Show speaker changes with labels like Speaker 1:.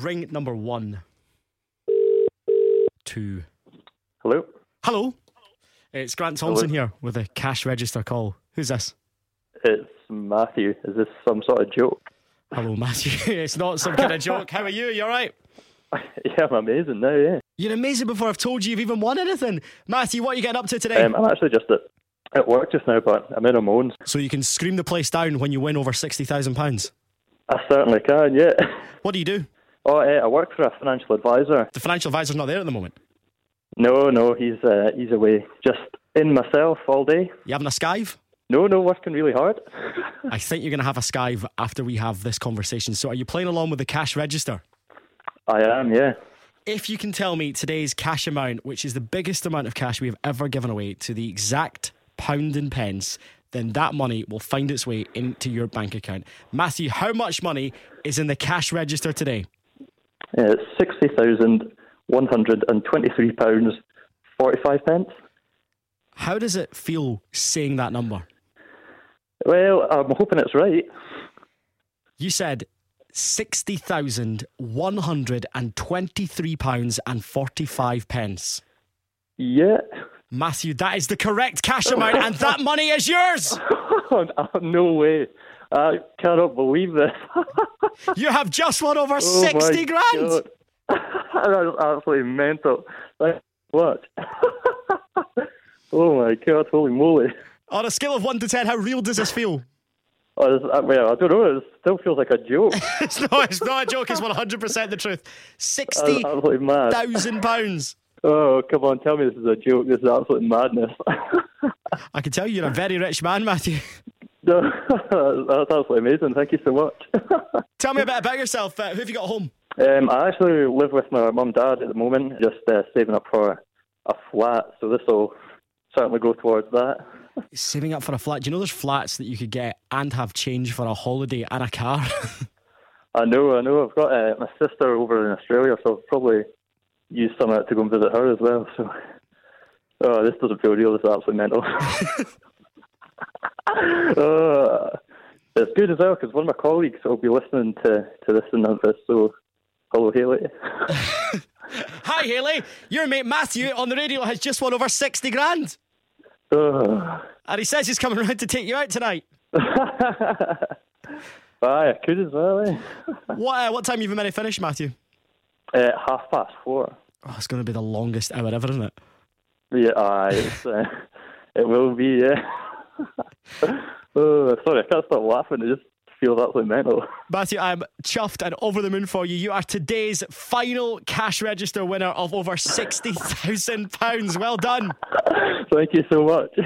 Speaker 1: Ring number one. Two.
Speaker 2: Hello?
Speaker 1: Hello. It's Grant Thompson here with a cash register call. Who's this?
Speaker 2: It's Matthew. Is this some sort of joke?
Speaker 1: Hello, Matthew. it's not some kind of joke. How are you? You all right?
Speaker 2: yeah, I'm amazing now, yeah.
Speaker 1: You're amazing before I've told you you've even won anything. Matthew, what are you getting up to today?
Speaker 2: Um, I'm actually just at, at work just now, but I'm in a moans.
Speaker 1: so you can scream the place down when you win over £60,000.
Speaker 2: I certainly can, yeah.
Speaker 1: What do you do?
Speaker 2: Oh, eh, I work for a financial advisor.
Speaker 1: The financial advisor's not there at the moment.
Speaker 2: No, no, he's uh, he's away. Just in myself all day.
Speaker 1: You having a skive?
Speaker 2: No, no, working really hard.
Speaker 1: I think you're going to have a skive after we have this conversation. So are you playing along with the cash register?
Speaker 2: I am, yeah.
Speaker 1: If you can tell me today's cash amount, which is the biggest amount of cash we have ever given away to the exact pound and pence, then that money will find its way into your bank account. Matthew, how much money is in the cash register today?
Speaker 2: yeah it's Uh, sixty thousand one hundred and twenty-three pounds forty-five pence.
Speaker 1: How does it feel saying that number?
Speaker 2: Well, I'm hoping it's right.
Speaker 1: You said sixty thousand one hundred and twenty-three pounds and forty-five pence.
Speaker 2: Yeah.
Speaker 1: Matthew, that is the correct cash amount, and that money is yours.
Speaker 2: no way. I cannot believe this.
Speaker 1: You have just won over
Speaker 2: Oh my
Speaker 1: sixty grand.
Speaker 2: God. That's absolutely mental. Like, what? oh my god, holy moly.
Speaker 1: On a scale of one to ten, how real does this feel?
Speaker 2: Oh, this, I, well, I don't know, it still feels like a joke.
Speaker 1: It's not, it's not a joke. It's 100% the truth.
Speaker 2: I'm absolutely mad.
Speaker 1: £60,000.
Speaker 2: Oh, come on, tell me this is a joke. This is absolute madness.
Speaker 1: I can tell you, you're a very rich man, Matthew.
Speaker 2: No, That's absolutely amazing. Thank you so much.
Speaker 1: Tell me a bit about yourself. Uh, who have you got at home?
Speaker 2: um, I actually live with my mum and dad at the moment, just uh, saving up for a flat, so this will certainly go towards that.
Speaker 1: Saving up for a flat. Do you know there's flats that you could get and have change for a holiday and a car?
Speaker 2: I know, I know. I've got uh, my sister over in Australia, so I'll probably use some of it to go and visit her as well. So, oh, this doesn't feel real. This is absolutely mental. uh, it's good as well because one of my colleagues will be listening to, to this and this. So, hello, Haley.
Speaker 1: Hi, Haley. Your mate Matthew on the radio has just won over 60 grand.
Speaker 2: Uh,
Speaker 1: And he says he's coming round to take you out tonight.
Speaker 2: aye, good as well. Eh?
Speaker 1: What, uh, what time have you meant to finish, Matthew?
Speaker 2: Uh, half past four.
Speaker 1: Oh, it's going to be the longest hour ever, isn't it?
Speaker 2: Yeah, aye, it's, uh, it will be. Yeah. oh, sorry, I can't stop laughing. It just feels absolutely mental.
Speaker 1: Matthew, I'm chuffed and over the moon for you. You are today's final cash register winner of over £60,000. Well done.
Speaker 2: Thank you so much.